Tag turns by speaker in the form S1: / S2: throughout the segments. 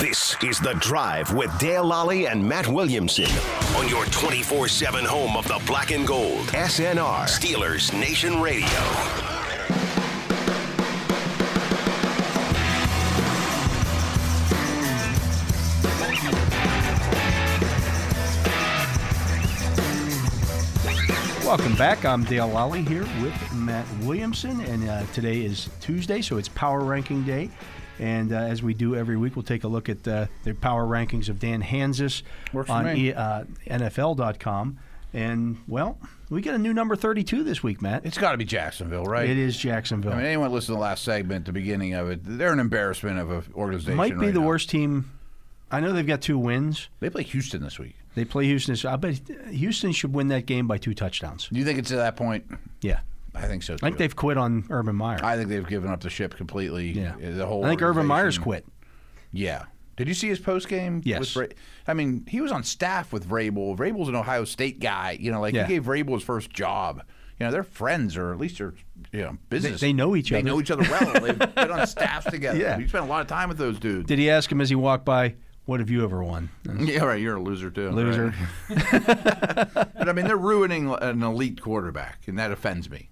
S1: This is The Drive with Dale Lally and Matt Williamson on your 24 7 home of the black and gold. SNR, Steelers Nation Radio.
S2: Welcome back. I'm Dale Lally here with Matt Williamson, and uh, today is Tuesday, so it's Power Ranking Day. And uh, as we do every week, we'll take a look at uh, the power rankings of Dan Hansis
S3: Works for
S2: on
S3: me.
S2: E- uh, NFL.com. And, well, we get a new number 32 this week, Matt.
S3: It's got to be Jacksonville, right?
S2: It is Jacksonville.
S3: I mean, anyone listen to the last segment, the beginning of it, they're an embarrassment of an organization.
S2: Might be
S3: right
S2: the
S3: now.
S2: worst team. I know they've got two wins.
S3: They play Houston this week.
S2: They play Houston. so I bet Houston should win that game by two touchdowns.
S3: Do you think it's at that point?
S2: Yeah.
S3: I think so. Too.
S2: I think they've quit on Urban Meyer.
S3: I think they've given up the ship completely. Uh,
S2: yeah.
S3: The whole.
S2: I think Urban
S3: organization.
S2: Meyer's quit.
S3: Yeah. Did you see his post game?
S2: Yes.
S3: With Ra- I mean, he was on staff with Vrabel. Vrabel's an Ohio State guy. You know, like
S2: Yeah.
S3: he gave Vrabel his first job. You know, they're friends, or at least they're you know business.
S2: they know each other.
S3: They know each other well. They've been on staff together.
S2: Yeah.
S3: You spent a lot of time with those dudes.
S2: Did he ask him as he walked by, "What have you ever won?"
S3: yeah, right. You're a loser too.
S2: Loser.
S3: right. But I mean, they're ruining an elite quarterback, and that offends me.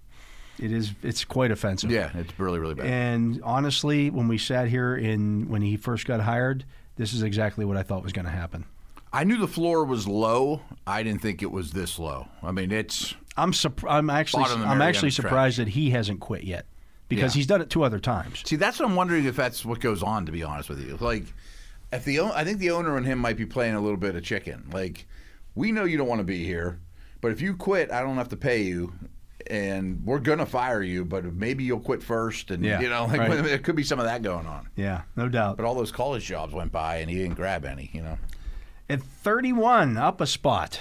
S2: It is. It's quite offensive.
S3: Yeah, it's really, really bad.
S2: And honestly, when we sat here in when he first got hired, this is exactly what I thought was going to happen.
S3: I knew the floor was low. I didn't think it was this low. I mean, it's
S2: I'm surp- I'm actually
S3: Bottom of the
S2: I'm
S3: Mariana
S2: actually
S3: Trench.
S2: surprised that he hasn't quit yet because
S3: Yeah.
S2: he's done it two other times.
S3: see that's what I'm wondering if that's what goes on. To be honest with you, like if the o- I think the owner and him might be playing a little bit of chicken. Like we know you don't want to be here, but if you quit, I don't have to pay you. And we're gonna fire you, but maybe you'll quit first, and
S2: Yeah,
S3: you know, like
S2: right.
S3: there could be some of that going on.
S2: Yeah, no doubt.
S3: But all those college jobs went by, and he didn't grab any. You know,
S2: At 31, up a spot.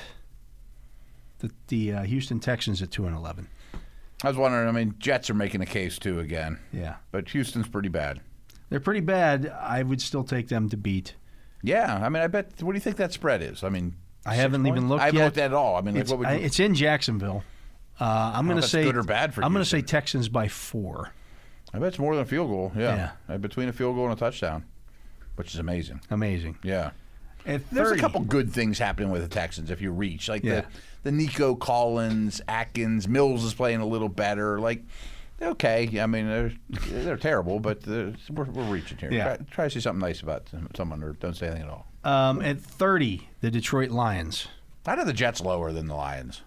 S2: The, the uh, Houston Texans at two and 11.
S3: I was wondering. I mean, Jets are making a case too again,
S2: Yeah,
S3: but Houston's pretty bad.
S2: they're pretty bad. I would still take them to beat.
S3: Yeah, I mean, I bet. What do you think that spread is? I mean,
S2: I
S3: six
S2: haven't even
S3: points?
S2: looked
S3: I haven't
S2: yet.
S3: looked at it at all. I mean, like,
S2: It's,
S3: what would
S2: I-
S3: you, Oh,
S2: it's in Jacksonville. Uh, I'm going to
S3: that's
S2: say
S3: good or bad for
S2: I'm going to
S3: Houston.
S2: say Texans by four.
S3: I bet it's more than a field goal. Yeah, Uh, between a field goal and a touchdown, which is amazing.
S2: Amazing.
S3: Yeah,
S2: At 30,
S3: there's a couple good things happening with the Texans if you reach like
S2: Yeah.
S3: the the Nico Collins, Atkins, Mills is playing a little better. Like. Okay, I mean they're they're terrible, but uh, we're, we're reaching here.
S2: Yeah.
S3: Try, try to say something nice about someone, or don't say anything at all.
S2: Um, at 30, the Detroit Lions.
S3: I know the Jets lower than the Lions.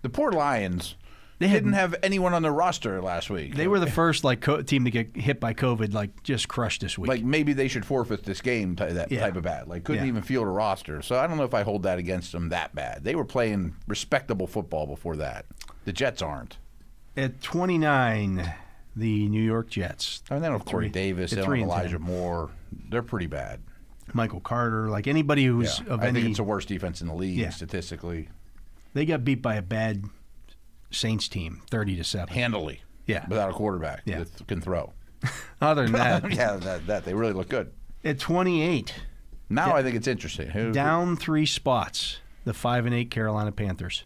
S3: The poor Lions. They
S2: They had-
S3: didn't have anyone on their roster last week.
S2: They were the first like co- team to get hit by COVID, like just crushed this week.
S3: like maybe they should forfeit this game. Ty- that
S2: Yeah.
S3: type of bat. Like couldn't
S2: Yeah.
S3: even field a roster. So I don't know if I hold that against them that bad. They were playing respectable football before that. The Jets aren't.
S2: at 29, the New York Jets.
S3: I mean, they don't have Corey
S2: Three-
S3: Davis. They
S2: at
S3: don't
S2: three
S3: have
S2: and
S3: Elijah
S2: ten.
S3: Moore. They're pretty bad.
S2: Michael Carter, like anybody who's
S3: Yeah.
S2: of
S3: I
S2: any.
S3: think it's the worst defense in the league
S2: Yeah.
S3: statistically,
S2: they got beat by a bad Saints team, 30 to 7.
S3: handily.
S2: Yeah.
S3: Without a quarterback
S2: Yeah.
S3: that th- can throw.
S2: Other than that,
S3: yeah, that, that they really look good.
S2: at 28,
S3: Now I think it's interesting. Who,
S2: down three spots, the 5 and 8 Carolina Panthers.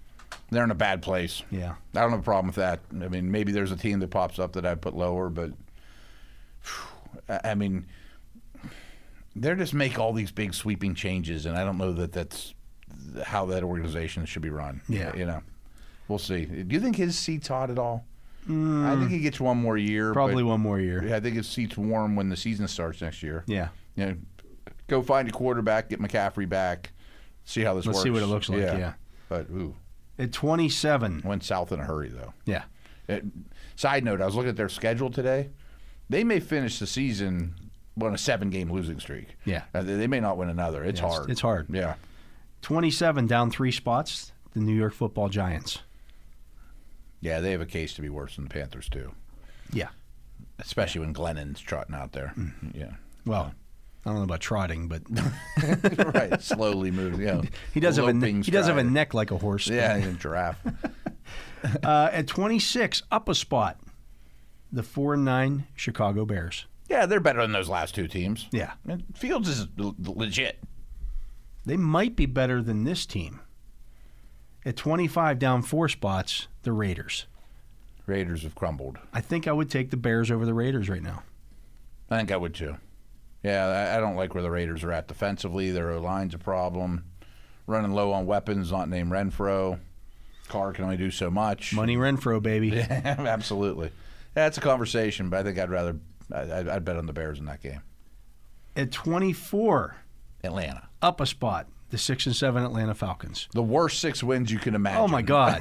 S3: They're in a bad place.
S2: Yeah.
S3: I don't have a problem with that. I mean, maybe there's a team that pops up that I'd put lower, but phew, I I mean, they're just make all these big sweeping changes, and I don't know that that's how that organization should be run.
S2: Yeah.
S3: you know, we'll see. Do you think his seat's hot at all? I think he gets one more year.
S2: Mm. Probably
S3: but
S2: one more year.
S3: I think his seat's warm when the season starts next year.
S2: Yeah.
S3: You know, go find a quarterback, get McCaffrey back, see how this
S2: Let's
S3: works.
S2: see what it looks like, yeah.
S3: But ooh,
S2: At 27,
S3: went south in a hurry though.
S2: yeah.
S3: Uh, side note, I was looking at their schedule today. They may finish the season on a seven game losing streak.
S2: Yeah.
S3: Uh, they they may not win another. It's
S2: Yeah, it's-
S3: hard.
S2: it's hard.
S3: Yeah.
S2: 27, down three spots, the New York football Giants.
S3: Yeah, they have a case to be worse than the Panthers, too,
S2: Yeah.
S3: especially when Glennon's trotting out there.
S2: Hmm.
S3: Yeah.
S2: Well, I don't know about trotting, but
S3: right. Slowly moving. Yeah.
S2: he does have a ne-
S3: Loping
S2: he does have a
S3: stride.
S2: neck like a horse.
S3: Yeah, he's a giraffe.
S2: Uh, at 26, up a spot, the four and nine Chicago Bears.
S3: yeah, they're better than those last two teams.
S2: Yeah,
S3: And Fields is l- legit.
S2: they might be better than this team. At 25, down four spots, the Raiders.
S3: Raiders have crumbled.
S2: I think I would take the Bears over the Raiders right now.
S3: I think I would, too. Yeah, I, I don't like where the Raiders are at defensively. Their O line's a problem. Running low on weapons, not named Renfro. Carr can only do so much.
S2: Money Renfro, baby.
S3: Absolutely. That's a conversation, but I think I'd rather I- I'd, I'd bet on the Bears in that game.
S2: At 24,
S3: Atlanta,
S2: up a spot, the 6 and 7 Atlanta Falcons.
S3: the worst six wins you can imagine.
S2: Oh my God!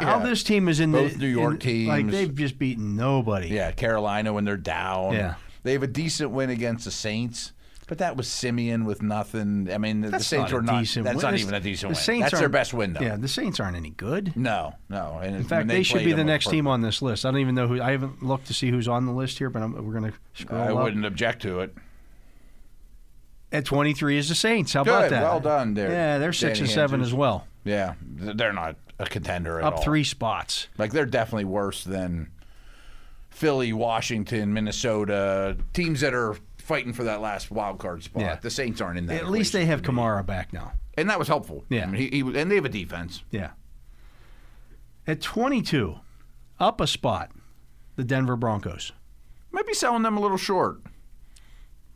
S2: How this team is in
S3: Both
S2: the
S3: New York
S2: in- like
S3: teams.
S2: they've just beaten nobody.
S3: Yeah, Carolina when they're down.
S2: Yeah.
S3: They have a decent win against the Saints, but that was Simeon with nothing. I mean, the- the
S2: That's
S3: Saints
S2: not
S3: were
S2: a
S3: not.
S2: decent
S3: that's
S2: win.
S3: not
S2: That's-
S3: even a decent
S2: the
S3: win.
S2: Saints
S3: that's their
S2: aren't-
S3: best win though.
S2: Yeah, the Saints aren't any good.
S3: No, no. And
S2: In fact, they, should be the next team on this list. I don't even know who. I haven't looked to see who's on the list here, but I'm, we're going to scroll
S3: I
S2: up.
S3: wouldn't object to it.
S2: At 23 is the Saints. How about
S3: Good.
S2: that?
S3: Well done there,
S2: Yeah, they're six and
S3: Danny
S2: seven
S3: Andrews.
S2: as well,
S3: Yeah, th- they're not a contender at
S2: up
S3: all.
S2: three spots.
S3: Like they're definitely worse than Philly, Washington, Minnesota, teams that are fighting for that last wild card spot.
S2: Yeah.
S3: The Saints aren't in that.
S2: At least
S3: equation.
S2: they have Kamara back now.
S3: and that was helpful.
S2: Yeah.
S3: I mean, he, he was- and they have a defense.
S2: Yeah. At 22, up a spot, the Denver Broncos.
S3: Might be selling them a little short.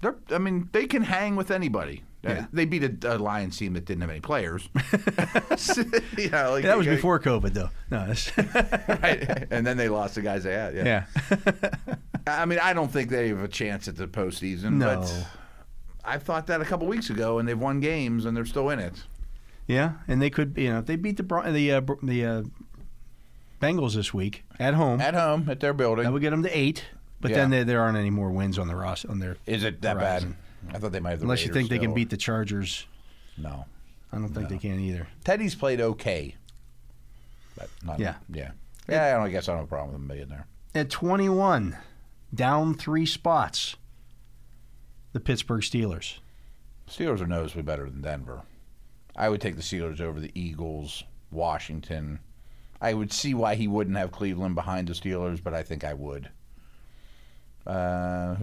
S3: They're, I mean, they can hang with anybody. Uh,
S2: Yeah.
S3: They beat a, a Lions team that didn't have any players. yeah, like,
S2: That was before COVID, though. No, that's,
S3: Right. And then they lost the guys they had. Yeah.
S2: yeah.
S3: I mean, I don't think they have a chance at the postseason.
S2: No.
S3: But I thought that a couple weeks ago, and they've won games, and they're still in it.
S2: Yeah, and they could, you know, if they beat the Bron- the uh, Br- the uh, Bengals this week at home,
S3: At home, at their
S2: that
S3: building.
S2: would get them to eight. But
S3: Yeah.
S2: then there, there aren't any more wins on the Ross on their
S3: Is it that
S2: Horizon.
S3: bad? I thought they might have the
S2: unless you
S3: Raiders
S2: think they can
S3: still.
S2: beat the Chargers.
S3: No.
S2: I don't think they can either.
S3: Teddy's played okay. But not,
S2: Yeah.
S3: Yeah. Yeah, I, don't, I guess I don't have a problem with him being there.
S2: At 21, down three spots, the Pittsburgh Steelers.
S3: Steelers are noticeably better than Denver. I would take the Steelers over the Eagles, Washington. I would see why he wouldn't have Cleveland behind the Steelers, but I think I would. Uh,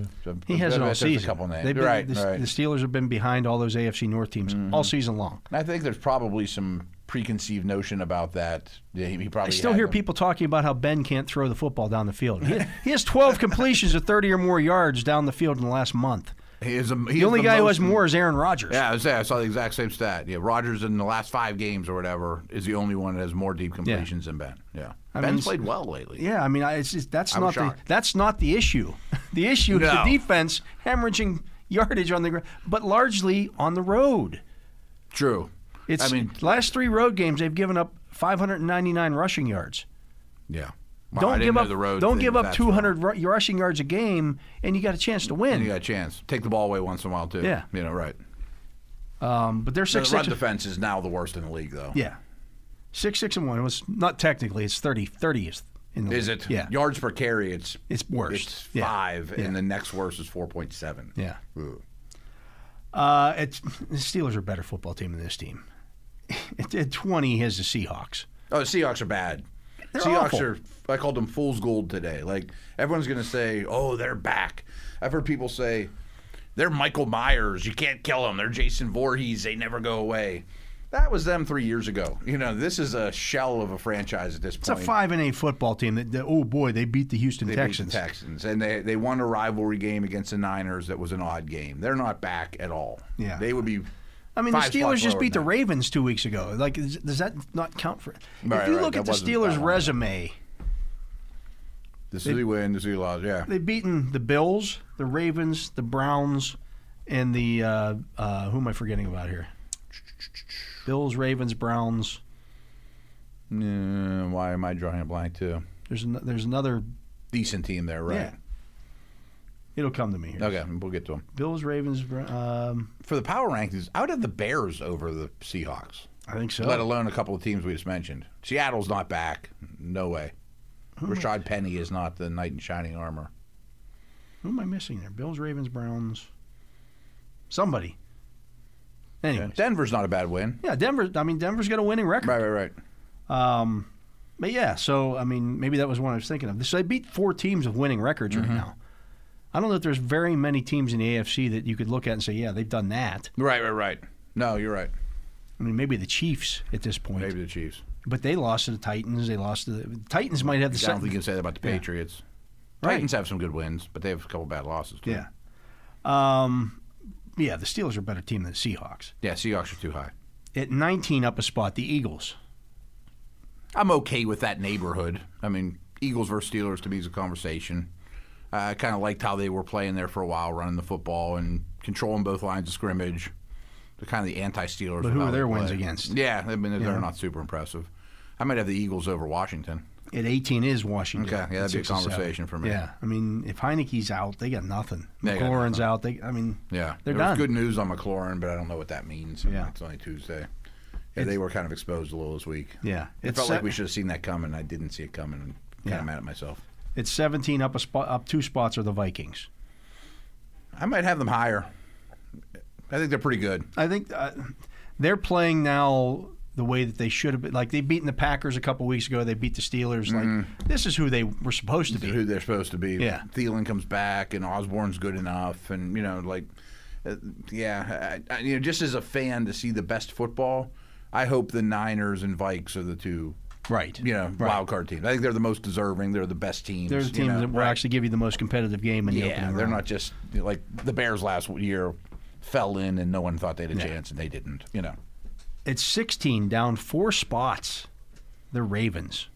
S2: He has it all
S3: there's
S2: season.
S3: A couple names.
S2: They've been,
S3: right,
S2: the,
S3: right. Mm-hmm.
S2: the Steelers have been behind all those AFC North teams all season long.
S3: I think there's probably some preconceived notion about that. Yeah, he, he probably
S2: I still
S3: had
S2: hear
S3: them.
S2: people talking about how Ben can't throw the football down the field. He, he has 12 completions of 30 or more yards down the field in the last month.
S3: He is a,
S2: The only guy who has more is Aaron Rodgers.
S3: Yeah, I, was saying, I saw the exact same stat. Yeah, Rogers in the last five games or whatever is the only one that has more deep completions than Ben. Yeah,
S2: I
S3: Ben's
S2: mean,
S3: played well lately.
S2: Yeah, I mean, I, it's just, that's
S3: I'm
S2: not the
S3: shocked.
S2: that's not the issue. The issue is the
S3: No.
S2: defense hemorrhaging yardage on the ground, but largely on the road.
S3: True.
S2: It's
S3: I mean,
S2: last three road games they've given up 599 rushing yards.
S3: yeah. Wow, I
S2: don't
S3: didn't
S2: give
S3: know
S2: up
S3: the road
S2: don't
S3: thing
S2: give
S3: was
S2: up
S3: that
S2: 200 ru- rushing yards a game, and you got a chance to
S3: strong. You
S2: win.
S3: got a chance. Take the ball away once in a while too.
S2: Yeah.
S3: You know, right.
S2: Um, but they're
S3: The
S2: six
S3: run
S2: six.
S3: defense is now the worst in the league, though.
S2: yeah, six six and one. It was not technically. It's 30 30th in the
S3: Is
S2: league.
S3: it?
S2: Yeah,
S3: Yards per carry, it's
S2: It's worst.
S3: It's
S2: Yeah.
S3: five,
S2: Yeah.
S3: and the next worst is four point seven.
S2: yeah.
S3: Ooh.
S2: Uh, it's, the Steelers are a better football team than this team. At at 20 has the Seahawks.
S3: Oh, the Seahawks are bad.
S2: They're
S3: Seahawks
S2: awful.
S3: are. I called them fool's gold today. Like everyone's gonna say, "Oh, they're back." I've heard people say, "They're Michael Myers. You can't kill them. They're Jason Voorhees. They never go away." That was them three years ago. You know, this is a shell of a franchise at this
S2: It's a
S3: point.
S2: five and eight football team. That, that- oh boy, they beat the Houston
S3: they beat the
S2: Texans.
S3: Texans, and they they won a rivalry game against the Niners that was an odd game. They're not back at all.
S2: Yeah.
S3: they would be.
S2: I mean, the
S3: five spots
S2: Steelers just
S3: lower
S2: beat the
S3: than that.
S2: Ravens two weeks ago. Like, is, does that not count for? if
S3: Right,
S2: you
S3: right,
S2: look at
S3: that
S2: the
S3: wasn't that long
S2: Steelers'
S3: ago.
S2: resume,
S3: The city win, the city lost. Yeah,
S2: they've beaten the Bills, the Ravens, the Browns, and the uh, uh, who am I forgetting about here? Bills, Ravens, Browns.
S3: Mm, why am I drawing a blank too?
S2: There's an, there's another.
S3: Decent team there, right?
S2: Yeah. It'll come to me here.
S3: Okay, we'll get to them.
S2: Bills, Ravens. Bra- Um,
S3: for the power rankings, I would have the Bears over the Seahawks,
S2: I think so.
S3: let alone a couple of teams we just mentioned. Seattle's not back. No way. Rashad Penny is not the knight in shining armor.
S2: Who am I missing there? Bills, Ravens, Browns. Somebody. Anyway.
S3: Denver's not a bad win.
S2: Yeah, Denver. I mean, Denver's got a winning record.
S3: Right, right, right.
S2: Um, but yeah, so I mean, maybe that was one I was thinking of. So they beat four teams with winning records right
S3: Mm-hmm.
S2: now. I don't know if there's very many teams in the AFC that you could look at and say, yeah, they've done that.
S3: Right, right, right. No, you're right.
S2: I mean, maybe the Chiefs at this point,
S3: Maybe the Chiefs.
S2: but they lost to the Titans. They lost to the Titans. Might have the
S3: I don't
S2: second.
S3: think you can say that about the
S2: Yeah.
S3: Patriots.
S2: Right.
S3: Titans have some good wins, but they have a couple bad losses too.
S2: Yeah. Um, yeah, the Steelers are a better team than the Seahawks.
S3: Yeah, Seahawks are too high.
S2: At 19 up a spot, the Eagles.
S3: I'm okay with that neighborhood. I mean, Eagles versus Steelers to me is a conversation. I kind of liked how they were playing there for a while, running the football and controlling both lines of scrimmage. They're kind of the anti-Steelers.
S2: But who
S3: of how
S2: are
S3: they
S2: their wins
S3: play.
S2: against?
S3: Yeah, I mean they're not super impressive. I might have the Eagles over Washington.
S2: At 18 is Washington.
S3: Okay, yeah, that'd
S2: at
S3: be a
S2: 6 and 7.
S3: conversation for me.
S2: Yeah, I mean, if Heineke's out, they got nothing.
S3: They got
S2: McLaurin's out. They, I mean,
S3: Yeah,
S2: they're
S3: there
S2: done.
S3: was good news on McLaurin, but I don't know what that means. I mean,
S2: Yeah.
S3: it's only Tuesday. Yeah, they were kind of exposed a little this week.
S2: Yeah,
S3: it
S2: it's
S3: felt
S2: se-
S3: like we should have seen that coming. I didn't see it coming. I'm kind
S2: Yeah.
S3: of mad at myself.
S2: At 17 up a spot, up two spots are the Vikings.
S3: I might have them higher. I think they're pretty good.
S2: I think uh, they're playing now the way that they should have been. Like they beaten the Packers a couple weeks ago. They beat the Steelers.
S3: Mm-hmm.
S2: Like this is who they were supposed to
S3: who
S2: be.
S3: they're supposed to be.
S2: Yeah.
S3: Thielen comes back, and Osborne's good enough, and you know, like, uh, yeah, I, I, you know, just as a fan to see the best football, I hope the Niners and Vikes are the two,
S2: Right.
S3: you know, wild card teams. I think they're the most deserving. They're the best teams.
S2: They're the
S3: you
S2: team
S3: know,
S2: that will
S3: right?
S2: actually give you the most competitive game in the
S3: Yeah,
S2: opening
S3: they're
S2: round.
S3: not just you know, like the Bears last year fell in, and no one thought they had a chance, and they didn't. You know,
S2: At 16, down four spots, the Ravens.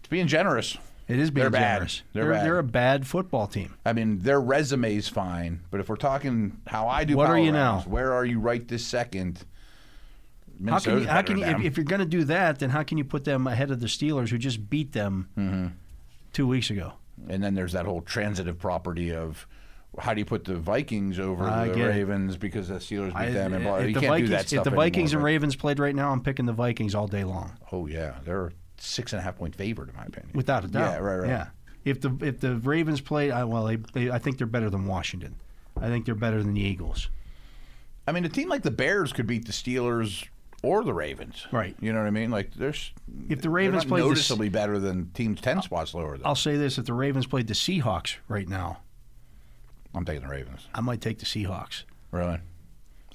S3: it's being generous.
S2: It is being
S3: They're bad.
S2: generous.
S3: They're
S2: they're, a
S3: bad.
S2: bad football team.
S3: I mean, their resume's fine, but if we're talking how I do,
S2: What are
S3: power
S2: you
S3: rankings,
S2: now?
S3: Where are you right this second?
S2: How can you?
S3: Minnesota's
S2: How can
S3: better
S2: you?
S3: than
S2: If,
S3: them.
S2: if you're going to do that, then how can you put them ahead of the Steelers, who just beat them
S3: Mm-hmm.
S2: two weeks ago?
S3: and then there's that whole transitive property of how do you put the Vikings over
S2: I
S3: the
S2: get it.
S3: Ravens because the Steelers beat them and blah.
S2: if
S3: you
S2: the
S3: can't
S2: Vikings,
S3: do that stuff
S2: if the Vikings
S3: anymore,
S2: and Ravens played right now, I'm picking the Vikings all day long.
S3: but- Oh yeah, they're six and a half point favored in my opinion.
S2: Without a doubt.
S3: Yeah, right, right.
S2: Yeah. If the if the Ravens play, I, well, they, they, I think they're better than Washington. I think they're better than the Eagles.
S3: I mean, a team like the Bears could beat the Steelers or the Ravens.
S2: Right.
S3: You know what I mean? Like there's
S2: If the
S3: they're
S2: Ravens Uh,
S3: not
S2: played the S-
S3: noticeably better than teams ten spots lower. Though.
S2: I'll say this: if the Ravens played the Seahawks right now,
S3: I'm taking the Ravens.
S2: I might take the Seahawks.
S3: Really?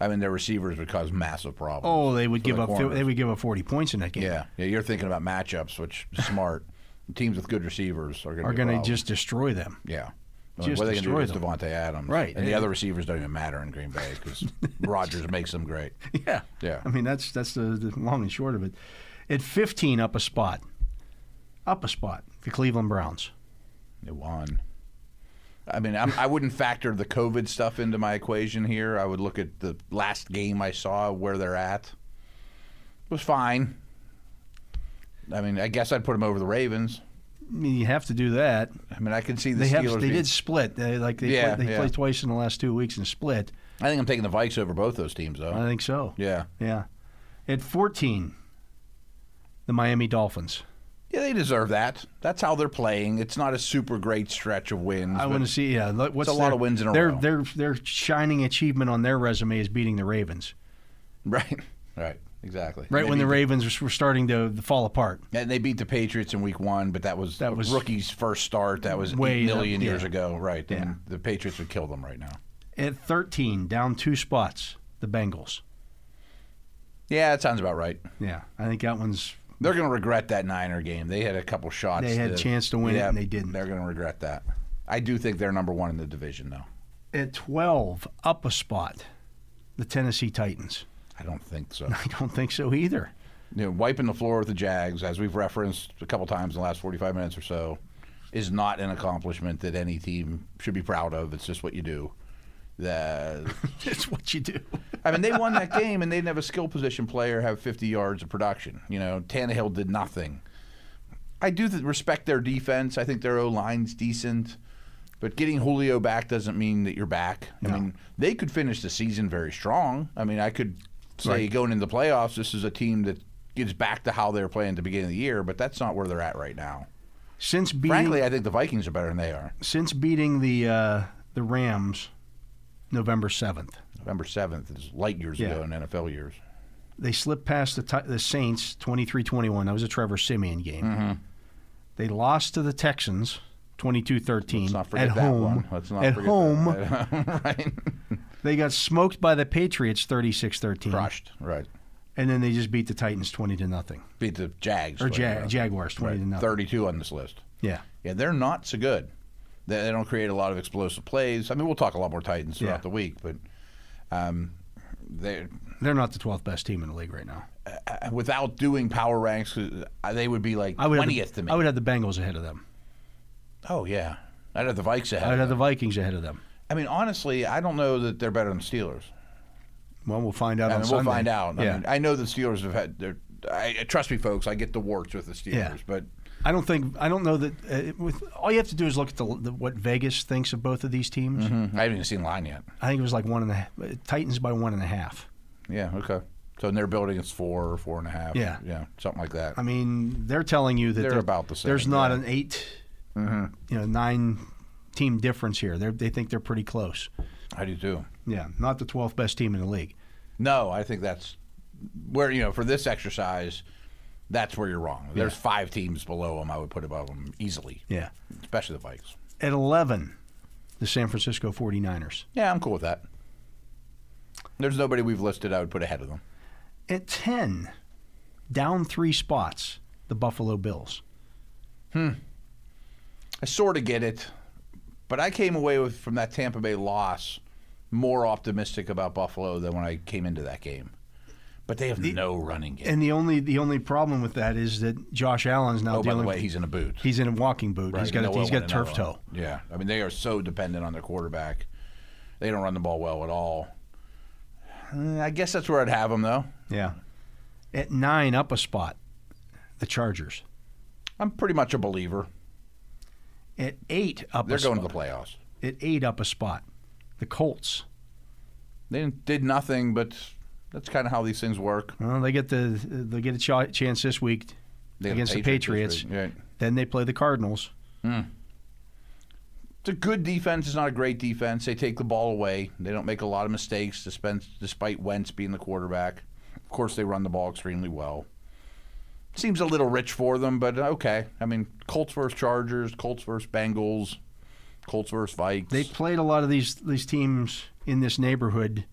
S3: I mean, their receivers would cause massive problems.
S2: Oh, they would
S3: For
S2: give
S3: the
S2: up.
S3: corners.
S2: They would give up 40 points in that game.
S3: yeah. Yeah, you're thinking about matchups, which is smart. Teams with good receivers are going to
S2: Are going to just destroy them.
S3: yeah. I mean,
S2: just
S3: what are they going to do
S2: destroy
S3: against
S2: them.
S3: Devontae Adams?
S2: Right.
S3: And the
S2: Yeah.
S3: other receivers don't even matter in Green Bay because Rodgers makes them great.
S2: Yeah.
S3: Yeah.
S2: I mean, that's that's the, the long and short of it. At 15, up a spot. Up a spot. The Cleveland Browns.
S3: They won. I mean, I'm, I wouldn't factor the COVID stuff into my equation here. I would look at the last game I saw, where they're at. It was fine. I mean, I guess I'd put them over the Ravens.
S2: I mean, you have to do that.
S3: I mean, I can see the
S2: They
S3: Steelers.
S2: have. They
S3: being-
S2: did split. They, like they
S3: Yeah,
S2: played, they
S3: yeah.
S2: played twice in the last two weeks and split.
S3: I think I'm taking the Vikes over both those teams, though.
S2: I think so.
S3: yeah.
S2: Yeah. At 14, the Miami Dolphins.
S3: Yeah, they deserve that. That's how they're playing. It's not a super great stretch of wins.
S2: I
S3: but
S2: want to see. Yeah, look, what's
S3: a lot
S2: their-
S3: of wins in a
S2: their,
S3: row.
S2: Their their shining achievement on their resume is beating the Ravens.
S3: Right. Right. Exactly.
S2: Right
S3: They
S2: when the
S3: beat
S2: Ravens were starting to, to fall apart.
S3: And they beat the Patriots in Week One, but that was
S2: That
S3: a
S2: was
S3: rookie's first start. That was
S2: way
S3: eight million
S2: up,
S3: years
S2: yeah.
S3: ago, right? And
S2: Yeah.
S3: the Patriots would kill them right now.
S2: At 13, down two spots, the Bengals.
S3: Yeah, that sounds about right.
S2: Yeah, I think that one's
S3: They're going to regret that Niner game. They had a couple shots.
S2: They had a chance to win it,
S3: yeah,
S2: and they didn't.
S3: They're going to regret that. I do think they're number one in the division, though.
S2: at 12, up a spot, the Tennessee Titans.
S3: I don't think so.
S2: I don't think so either.
S3: you know, wiping the floor with the Jags, as we've referenced a couple times in the last 45 minutes or so, is not an accomplishment that any team should be proud of. It's just what you do. The,
S2: That's what you do.
S3: I mean, they won that game and they didn't have a skill position player have 50 yards of production. You know, Tannehill did nothing. I do th- respect their defense. I think their O line's decent. But getting Julio back doesn't mean that you're back. I mean, they could finish the season very strong. I mean, I could say going into the playoffs, this is a team that gets back to how they were playing at the beginning of the year, but that's not where they're at right now.
S2: Since beating
S3: Frankly, I think the Vikings are better than they are.
S2: since beating the uh, the Rams November 7th,
S3: November 7th is light years
S2: Yeah.
S3: ago in NFL years.
S2: they slipped past the Ti- the Saints 23-21. That was a Trevor Simeon game.
S3: Mm-hmm.
S2: They lost to the Texans 22-13
S3: Let's not forget
S2: at
S3: that
S2: home.
S3: one. Let's not
S2: at
S3: forget
S2: home,
S3: that. right?
S2: they got smoked by the Patriots 36-13.
S3: Crushed. Right.
S2: And then they just beat the Titans 20 to nothing.
S3: beat the Jags
S2: Or
S3: but,
S2: Ja-
S3: uh,
S2: Jaguars 20
S3: right,
S2: to nothing.
S3: Thirty-two on this list.
S2: Yeah.
S3: Yeah, they're not so good. They, they don't create a lot of explosive plays. I mean, we'll talk a lot more Titans throughout
S2: Yeah.
S3: the week, but um, they
S2: They're not the 12th best team in the league right now.
S3: uh, without doing power ranks, uh, they would be like
S2: I would have the-
S3: twentieth to me.
S2: I would have the Bengals ahead of them.
S3: oh yeah, I'd have the Vikes
S2: I
S3: ahead.
S2: would
S3: of
S2: have the
S3: them.
S2: Vikings ahead of them.
S3: I mean, honestly, I don't know that they're better than the Steelers.
S2: Well, we'll find out on
S3: and we'll
S2: Sunday.
S3: find out. I,
S2: Yeah.
S3: mean, I know the Steelers have had their. I, trust me, folks. I get the warts with the Steelers,
S2: Yeah.
S3: but
S2: I don't think I don't know that. Uh, it- with all you have to do is look at the, the what Vegas thinks of both of these teams.
S3: I haven't even seen the line yet.
S2: I think it was like one and a half, Titans by one and a half.
S3: Yeah. Okay. So in their building, it's four or four and a half.
S2: Yeah.
S3: Yeah. Something like that.
S2: I mean, they're telling you that
S3: They're
S2: there-
S3: about the same,
S2: There's not
S3: yeah. Mm-hmm.
S2: an 8 you know, nine team difference here. They're, they think they're pretty close.
S3: I do too.
S2: Yeah, not the 12th best team in the league.
S3: No, I think that's where you know for this exercise, that's where you're wrong. There's five teams below them. I would put above them easily.
S2: Yeah.
S3: Especially the Vikes.
S2: At 11, the San Francisco 49ers.
S3: Yeah, I'm cool with that. There's nobody we've listed. I would put ahead of them.
S2: At 10, down three spots, the Buffalo Bills.
S3: I sort of get it, but I came away with from that Tampa Bay loss more optimistic about Buffalo than when I came into that game. But they have no running game.
S2: And the only the only problem with that is that Josh Allen's now
S3: oh, by
S2: dealing
S3: the way,
S2: with-
S3: he's in a boot.
S2: he's in a walking boot. he's
S3: Right,
S2: got
S3: no
S2: a, he's
S3: one
S2: got a
S3: won another
S2: turf
S3: one.
S2: toe.
S3: Yeah, I mean they are so dependent on their quarterback. They don't run the ball well at all. Uh, I guess that's where I'd have them though.
S2: Yeah. At 9 up a spot, the Chargers.
S3: I'm pretty much a believer.
S2: At 8 up
S3: They're
S2: a
S3: going
S2: spot.
S3: to the playoffs.
S2: It ate up a spot. The Colts.
S3: They didn't- did nothing, but that's kind of how these things work.
S2: Well, they get the they get a ch- chance this week
S3: They got
S2: against the Patriots.
S3: this week. Right.
S2: Then they play the Cardinals.
S3: It's a good defense. It's not a great defense. They take the ball away. They don't make a lot of mistakes, dispense- despite Wentz being the quarterback. Of course, they run the ball extremely well. Seems a little rich for them, but uh, okay. I mean, Colts versus Chargers, Colts versus Bengals, Colts versus Vikes.
S2: They played a lot of these these teams in this neighborhood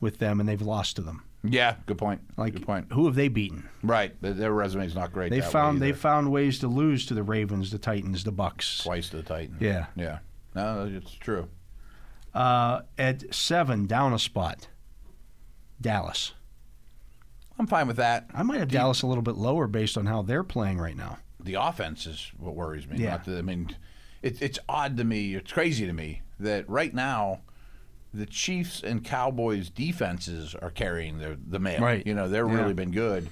S2: with them, and they've lost to them.
S3: yeah, good point.
S2: Like
S3: good point.
S2: who have they beaten?
S3: Right, their, their resume's not great.
S2: They
S3: that way
S2: found they
S3: either.
S2: found ways to lose to the Ravens, the Titans, the Bucks.
S3: twice to the Titans.
S2: Yeah.
S3: yeah. No, it's true.
S2: Uh, at seven, down a spot, Dallas.
S3: I'm fine with that.
S2: I might have Dallas a little bit lower based on how they're playing right now.
S3: the offense is what worries me.
S2: Yeah.
S3: Not the, I mean, it, it's odd to me. It's crazy to me that right now, the Chiefs and Cowboys defenses are carrying the the mail.
S2: Right.
S3: You know, they've
S2: Yeah.
S3: really been good.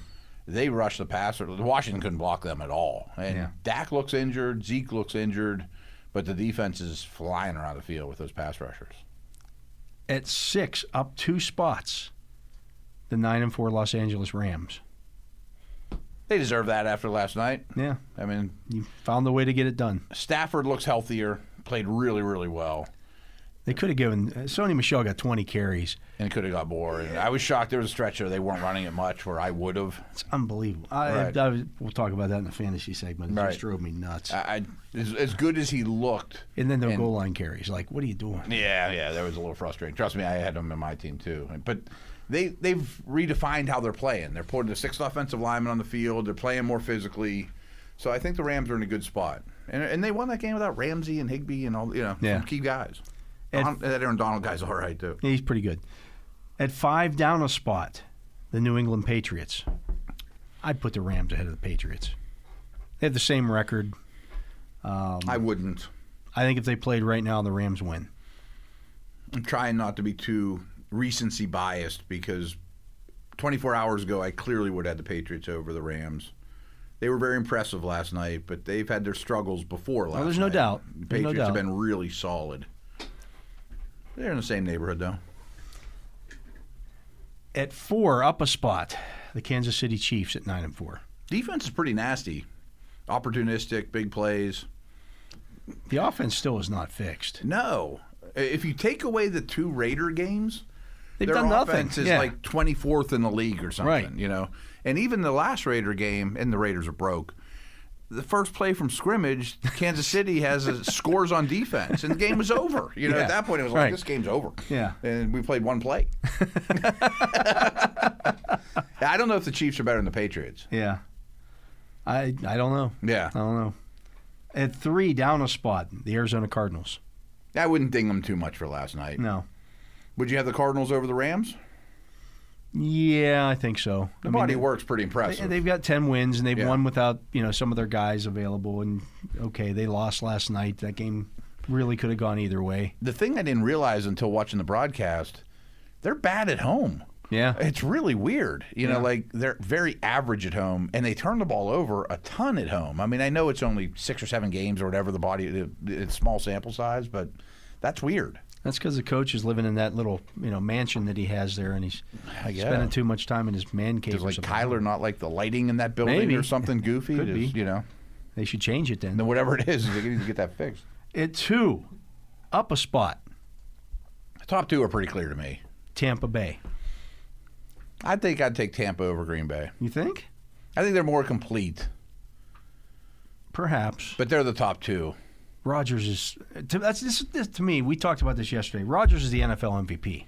S3: They rush the passer. Washington couldn't block them at all. And
S2: Yeah.
S3: Dak looks injured. Zeke looks injured. But the defense is flying around the field with those pass rushers.
S2: At six, up two spots, the nine and four Los Angeles Rams.
S3: They deserve that after last night.
S2: Yeah,
S3: I mean,
S2: you found the way to get it done.
S3: Stafford looks healthier. Played really, really well.
S2: They could have given uh, Sony Michelle got 20 carries.
S3: and it could have got more. And I was shocked there was a stretch there they weren't running it much where I would have.
S2: It's unbelievable. I,
S3: Right.
S2: I was- we'll talk about that in the fantasy segment. It
S3: Right.
S2: just drove me nuts.
S3: I, I as, as good as he looked.
S2: and then their
S3: and-
S2: goal line carries. Like, what are you doing?
S3: Yeah, yeah, that was a little frustrating. Trust me, I had him in my team too. But they they've redefined how they're playing. They're putting the sixth offensive lineman on the field. They're playing more physically. So I think the Rams are in a good spot. And, and they won that game without Ramsey and Higby and all you know
S2: Yeah.
S3: some key guys.
S2: And-
S3: Don, that Aaron Donald guy's all right too.
S2: Yeah, he's pretty good. At five down a spot, the New England Patriots. I put the Rams ahead of the Patriots. They have the same record.
S3: I wouldn't.
S2: I think if they played right now, the Rams win.
S3: I'm trying not to be too recency biased because 24 hours ago, I clearly would have had the Patriots over the Rams. They were very impressive last night, but they've had their struggles before last night.
S2: there's no doubt.
S3: The
S2: There's no
S3: Patriots
S2: doubt.
S3: have been really solid. They're in the same neighborhood, though.
S2: At four, up a spot, the Kansas City Chiefs at nine and four.
S3: Defense is pretty nasty, opportunistic, big plays.
S2: The offense still is not fixed.
S3: No. If you take away the two Raider games,
S2: They've
S3: their
S2: done nothing.
S3: offense is
S2: Yeah.
S3: like 24th in the league or something,
S2: Right.
S3: you know. And even the last Raider game, and the Raiders are broke. The first play from scrimmage, Kansas City has a, scores on defense, and the game was over. You know,
S2: Yeah.
S3: at that point, it was like
S2: Right.
S3: this game's over.
S2: Yeah.
S3: and we played one play. I don't know if the Chiefs are better than the Patriots.
S2: Yeah. I I don't know.
S3: Yeah.
S2: I don't know. At three, down a spot, the Arizona Cardinals.
S3: I wouldn't ding them too much for last night.
S2: No.
S3: Would you have the Cardinals over the Rams?
S2: Yeah, I think so.
S3: The
S2: I mean,
S3: body
S2: they-
S3: works pretty impressive.
S2: They, have got ten wins and they've
S3: Yeah.
S2: won without you know some of their guys available. And okay, they lost last night. That game really could have gone either way.
S3: the thing I didn't realize until watching the broadcast, they're bad at home.
S2: Yeah.
S3: It's really weird. You know, like they're very average at home and they turn the ball over a ton at home. I mean, I know it's only six or seven games or whatever the body, it- it's small sample size, but that's weird.
S2: That's because the coach is living in that little you know mansion that he has there, and he's
S3: I guess.
S2: spending too much time in his man cave.
S3: Does
S2: or
S3: like
S2: something.
S3: Kyler not like the lighting in that building
S2: Maybe.
S3: or something goofy?
S2: Could
S3: Just,
S2: be.
S3: You know,
S2: They should change it then.
S3: and then whatever it is, they need to get that fixed.
S2: At two, up a spot,
S3: The top two are pretty clear to me.
S2: Tampa Bay.
S3: I think I'd take Tampa over Green Bay.
S2: You think?
S3: I think they're more complete,
S2: Perhaps.
S3: but they're the top two.
S2: Rodgers is to, that's this, this to me. We talked about this yesterday. Rodgers is the NFL MVP.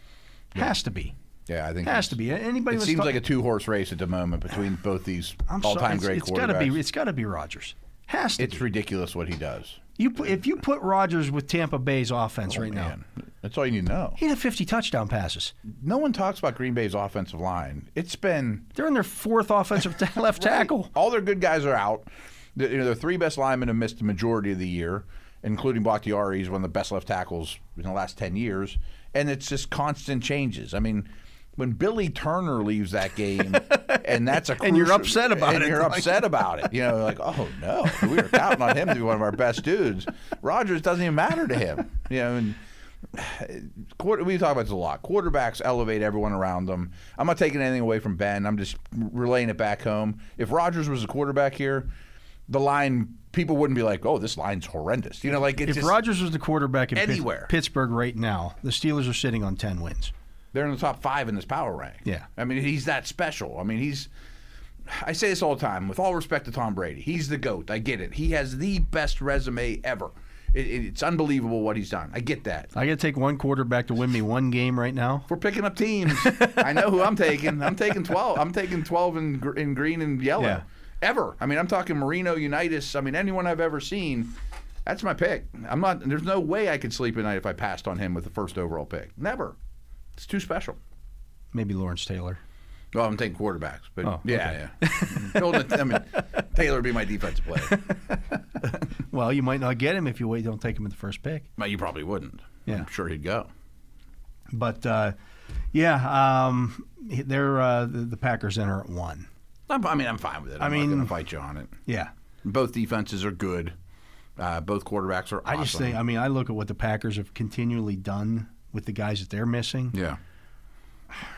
S2: Has to be.
S3: Yeah, I think
S2: Has
S3: it's-
S2: to be. Anybody.
S3: It
S2: that's
S3: seems
S2: talk-
S3: like a two-horse race at the moment between both these
S2: I'm sorry,
S3: all-time
S2: it's-
S3: great
S2: It's
S3: quarterbacks.
S2: gotta be. It's gotta be Rodgers. Has to.
S3: It's
S2: be.
S3: ridiculous what he does.
S2: You put, if you put Rodgers with Tampa Bay's offense right now,
S3: Oh, Man, that's all you need to know.
S2: he'd have 50 touchdown passes.
S3: No one talks about Green Bay's offensive line. It's been
S2: They're in their fourth offensive ta- left tackle.
S3: all their good guys are out. The, you know, their three best linemen have missed the majority of the year, including Bakhtiari. He's one of the best left tackles in the last ten years, and it's just constant changes. I mean. When Billy Turner leaves that game, and that's a
S2: And you're
S3: crucial-
S2: upset about
S3: and
S2: it,
S3: you're
S2: like-
S3: upset about it. You know, like oh no, we were counting on him to be one of our best dudes. Rogers doesn't even matter to him. You know, and quarter, we talk about this a lot. Quarterbacks elevate everyone around them. I'm not taking anything away from Ben. I'm just relaying it back home. If Rodgers was a quarterback here, the line people wouldn't be like, "Oh, this line's horrendous." You know, like it's
S2: If
S3: just,
S2: Rodgers was the quarterback in Pitts-
S3: Anywhere.
S2: Pittsburgh right now, the Steelers are sitting on 10 wins.
S3: they're in the top five in this power rank.
S2: Yeah.
S3: I mean, he's that special. I mean, he's. I say this all the time. With all respect to Tom Brady, he's the goat. I get it. He has the best resume ever. It, it's unbelievable what he's done. I get that.
S2: I got to take one quarterback to win me one game right now.
S3: We're picking up teams. I know who I'm taking. I'm taking 12. I'm taking 12 in, gr- in green and yellow.
S2: Yeah.
S3: Ever. I mean, I'm talking Marino, Unitas. I mean, anyone I've ever seen. That's my pick. I'm not. There's no way I could sleep at night if I passed on him with the first overall pick. Never. It's too special.
S2: Maybe Lawrence Taylor.
S3: Well, I'm taking quarterbacks, but
S2: Oh,
S3: yeah, yeah. Golden- I mean, Taylor would be my defensive player.
S2: Well, you might not get him if you wait, don't take him in the first pick.
S3: Well, you probably wouldn't.
S2: Yeah.
S3: I'm sure he'd go.
S2: But uh, yeah, um, they're uh, the, the Packers enter at one.
S3: I'm, I mean, I'm fine with it. I'm
S2: mean-
S3: not gonna fight you on it.
S2: Yeah.
S3: Both defenses are good. Uh, both quarterbacks are.
S2: I just
S3: awesome.
S2: think, I mean, I look at what the Packers have continually done with the guys that they're missing.
S3: Yeah.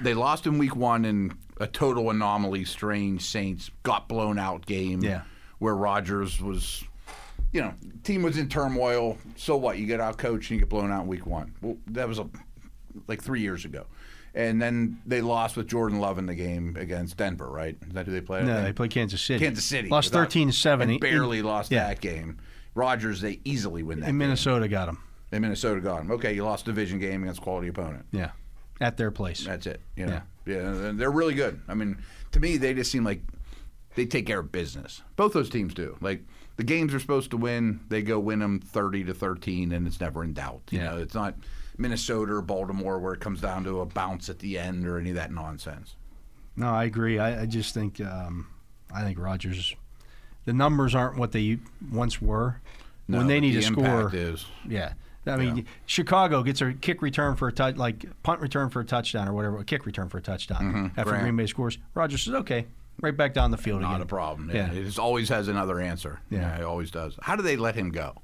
S3: They lost in week one in a total anomaly, strange Saints got blown out game.
S2: Yeah.
S3: Where Rodgers was, you know, team was in turmoil. So what? You get out coached and you get blown out in week one. Well, that was a, like three years ago. And then they lost with Jordan Love in the game against Denver, right? Is that who they played? I
S2: No,
S3: think?
S2: they play Kansas City.
S3: Kansas City.
S2: Lost
S3: without-
S2: 13 to 7.
S3: and barely lost
S2: yeah.
S3: that game. Rodgers, they easily win that
S2: And
S3: game.
S2: Minnesota got them.
S3: And Minnesota got him. Okay, you lost a division game against quality opponent.
S2: Yeah. At their place.
S3: That's it. You know? Yeah. they're- They're really good. I mean, to me, they just seem like they take care of business. Both those teams do. Like the games are supposed to win, they go win them thirty to thirteen, and it's never in doubt. You
S2: Yeah.
S3: know, it's not Minnesota or Baltimore where it comes down to a bounce at the end or any of that nonsense.
S2: No, I agree. I, I just think, um, I think Rodgers, the numbers aren't what they once were. when
S3: No,
S2: they
S3: but
S2: need
S3: the
S2: to score.
S3: impact is
S2: Yeah. I mean, Chicago gets a kick return for a touch, like punt return for a touchdown or whatever, a kick return for a touchdown after
S3: Right.
S2: Green Bay scores. Rogers says, okay, right back down the field
S3: Mm-hmm. not
S2: again.
S3: a problem.
S2: Yeah.
S3: Yeah, it just always has another answer.
S2: Yeah.
S3: it always does. How do they let him go?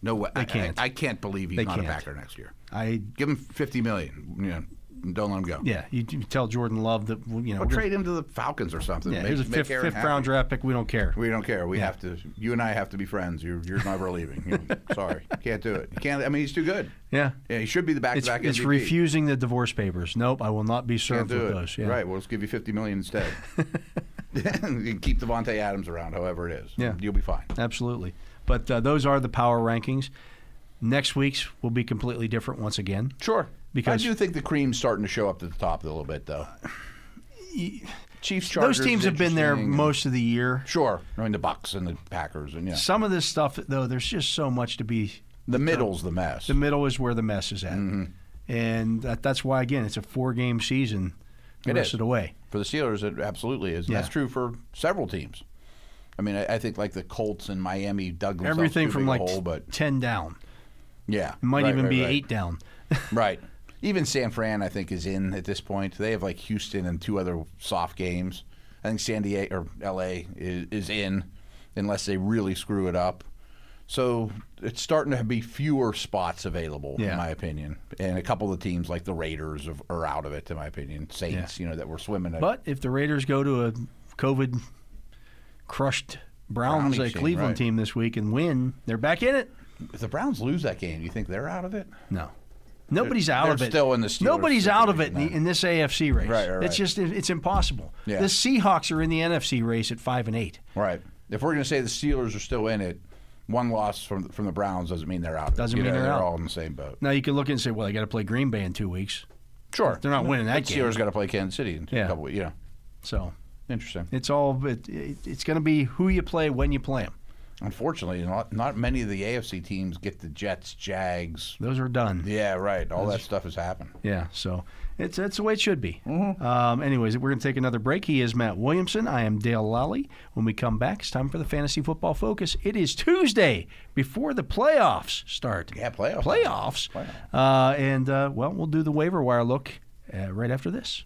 S3: No way. I
S2: can't.
S3: I, I can't believe he's
S2: They
S3: not
S2: can't.
S3: a Packer next year.
S2: I,
S3: Give him fifty million. You know, don't let him go.
S2: yeah, you, you tell Jordan Love that, well, you know,
S3: Or
S2: we're-
S3: trade him to the Falcons or something.
S2: yeah,
S3: Make-
S2: here's a
S3: make
S2: fifth,
S3: Aaron
S2: fifth
S3: happy.
S2: round draft pick. We don't care.
S3: We don't care. We
S2: Yeah.
S3: have to. You and I have to be friends. You're, you're never leaving. You- sorry, can't do it. You can't. I mean, he's too good.
S2: Yeah.
S3: Yeah, he should be the
S2: It's,
S3: back-to-back
S2: it's
S3: MVP.
S2: refusing the divorce papers. Nope, I will not be served
S3: Can't do
S2: with
S3: it.
S2: those. Yeah.
S3: Right. Well, let's give you fifty million instead. you can keep Devontae Adams around, however it is.
S2: Yeah.
S3: You'll be fine.
S2: Absolutely. But uh, those are the power rankings. Next week's will be completely different once again.
S3: Sure.
S2: Because-
S3: I do think the cream's starting to show up to the top a little bit, though. Chiefs, Chargers.
S2: Those teams
S3: is
S2: have been there
S3: interesting, and-
S2: most of the year.
S3: Sure, I mean the Bucks and the Packers and yeah.
S2: Some of this stuff, though, there's just so much to be.
S3: The middle's the mess.
S2: The middle is where the mess is at,
S3: Mm-hmm.
S2: and that, that's why again it's a four-game season the
S3: It
S2: rest
S3: is.
S2: of the way.
S3: For the Steelers, it absolutely is.
S2: Yeah.
S3: That's true for several teams. I mean, I, I think like the Colts and Miami dug themselves
S2: Everything
S3: too
S2: from
S3: big a
S2: like
S3: hole, but
S2: ten down
S3: yeah,
S2: might
S3: Right,
S2: even
S3: right,
S2: be
S3: right.
S2: eight down.
S3: Right. Even San Fran, I think, is in at this point. They have like Houston and two other soft games. I think San Diego or L.A. is, is in, unless they really screw it up. So it's starting to be fewer spots available,
S2: Yeah.
S3: in my opinion. And a couple of teams like the Raiders have, are out of it, in my opinion. Saints, you know, that were swimming. in-
S2: But if the Raiders go to a COVID crushed Browns
S3: Brownies
S2: uh,
S3: team,
S2: Cleveland
S3: right.
S2: team this week and win, they're back in it.
S3: if the Browns lose that game, you think they're out of it?
S2: No. Nobody's out
S3: they're
S2: of it.
S3: still in the Steelers
S2: Nobody's out of it in,
S3: situation,
S2: in this AFC race.
S3: Right, right,
S2: It's
S3: right.
S2: just it's impossible.
S3: Yeah.
S2: The Seahawks are in the NFC race at five and eight.
S3: Right. If we're going to say the Steelers are still in it, one loss from from the Browns doesn't mean they're out. of it.
S2: Doesn't
S3: You
S2: mean
S3: know,
S2: they're out.
S3: all in the same boat.
S2: Now you can look and say, well, they got to play Green Bay in two weeks,
S3: Sure,
S2: They're not winning that
S3: But
S2: game.
S3: Steelers got to play Kansas City in
S2: Yeah.
S3: a couple. You know,
S2: so
S3: interesting.
S2: it's all it, it, it's going to be who you play when you play them.
S3: Unfortunately, not not many of the AFC teams get the Jets, Jags.
S2: Those are done.
S3: Yeah, right. All that stuff has happened.
S2: Yeah, so it's that's the way it should be.
S3: Mm-hmm.
S2: Um, anyways, we're going to take another break. He is Matt Williamson. I am Dale Lally. When we come back, it's time for the Fantasy Football Focus. It is Tuesday before the playoffs start.
S3: Yeah, playoff.
S2: Playoffs. Uh, and, uh, well, we'll do the waiver wire look uh, right after this.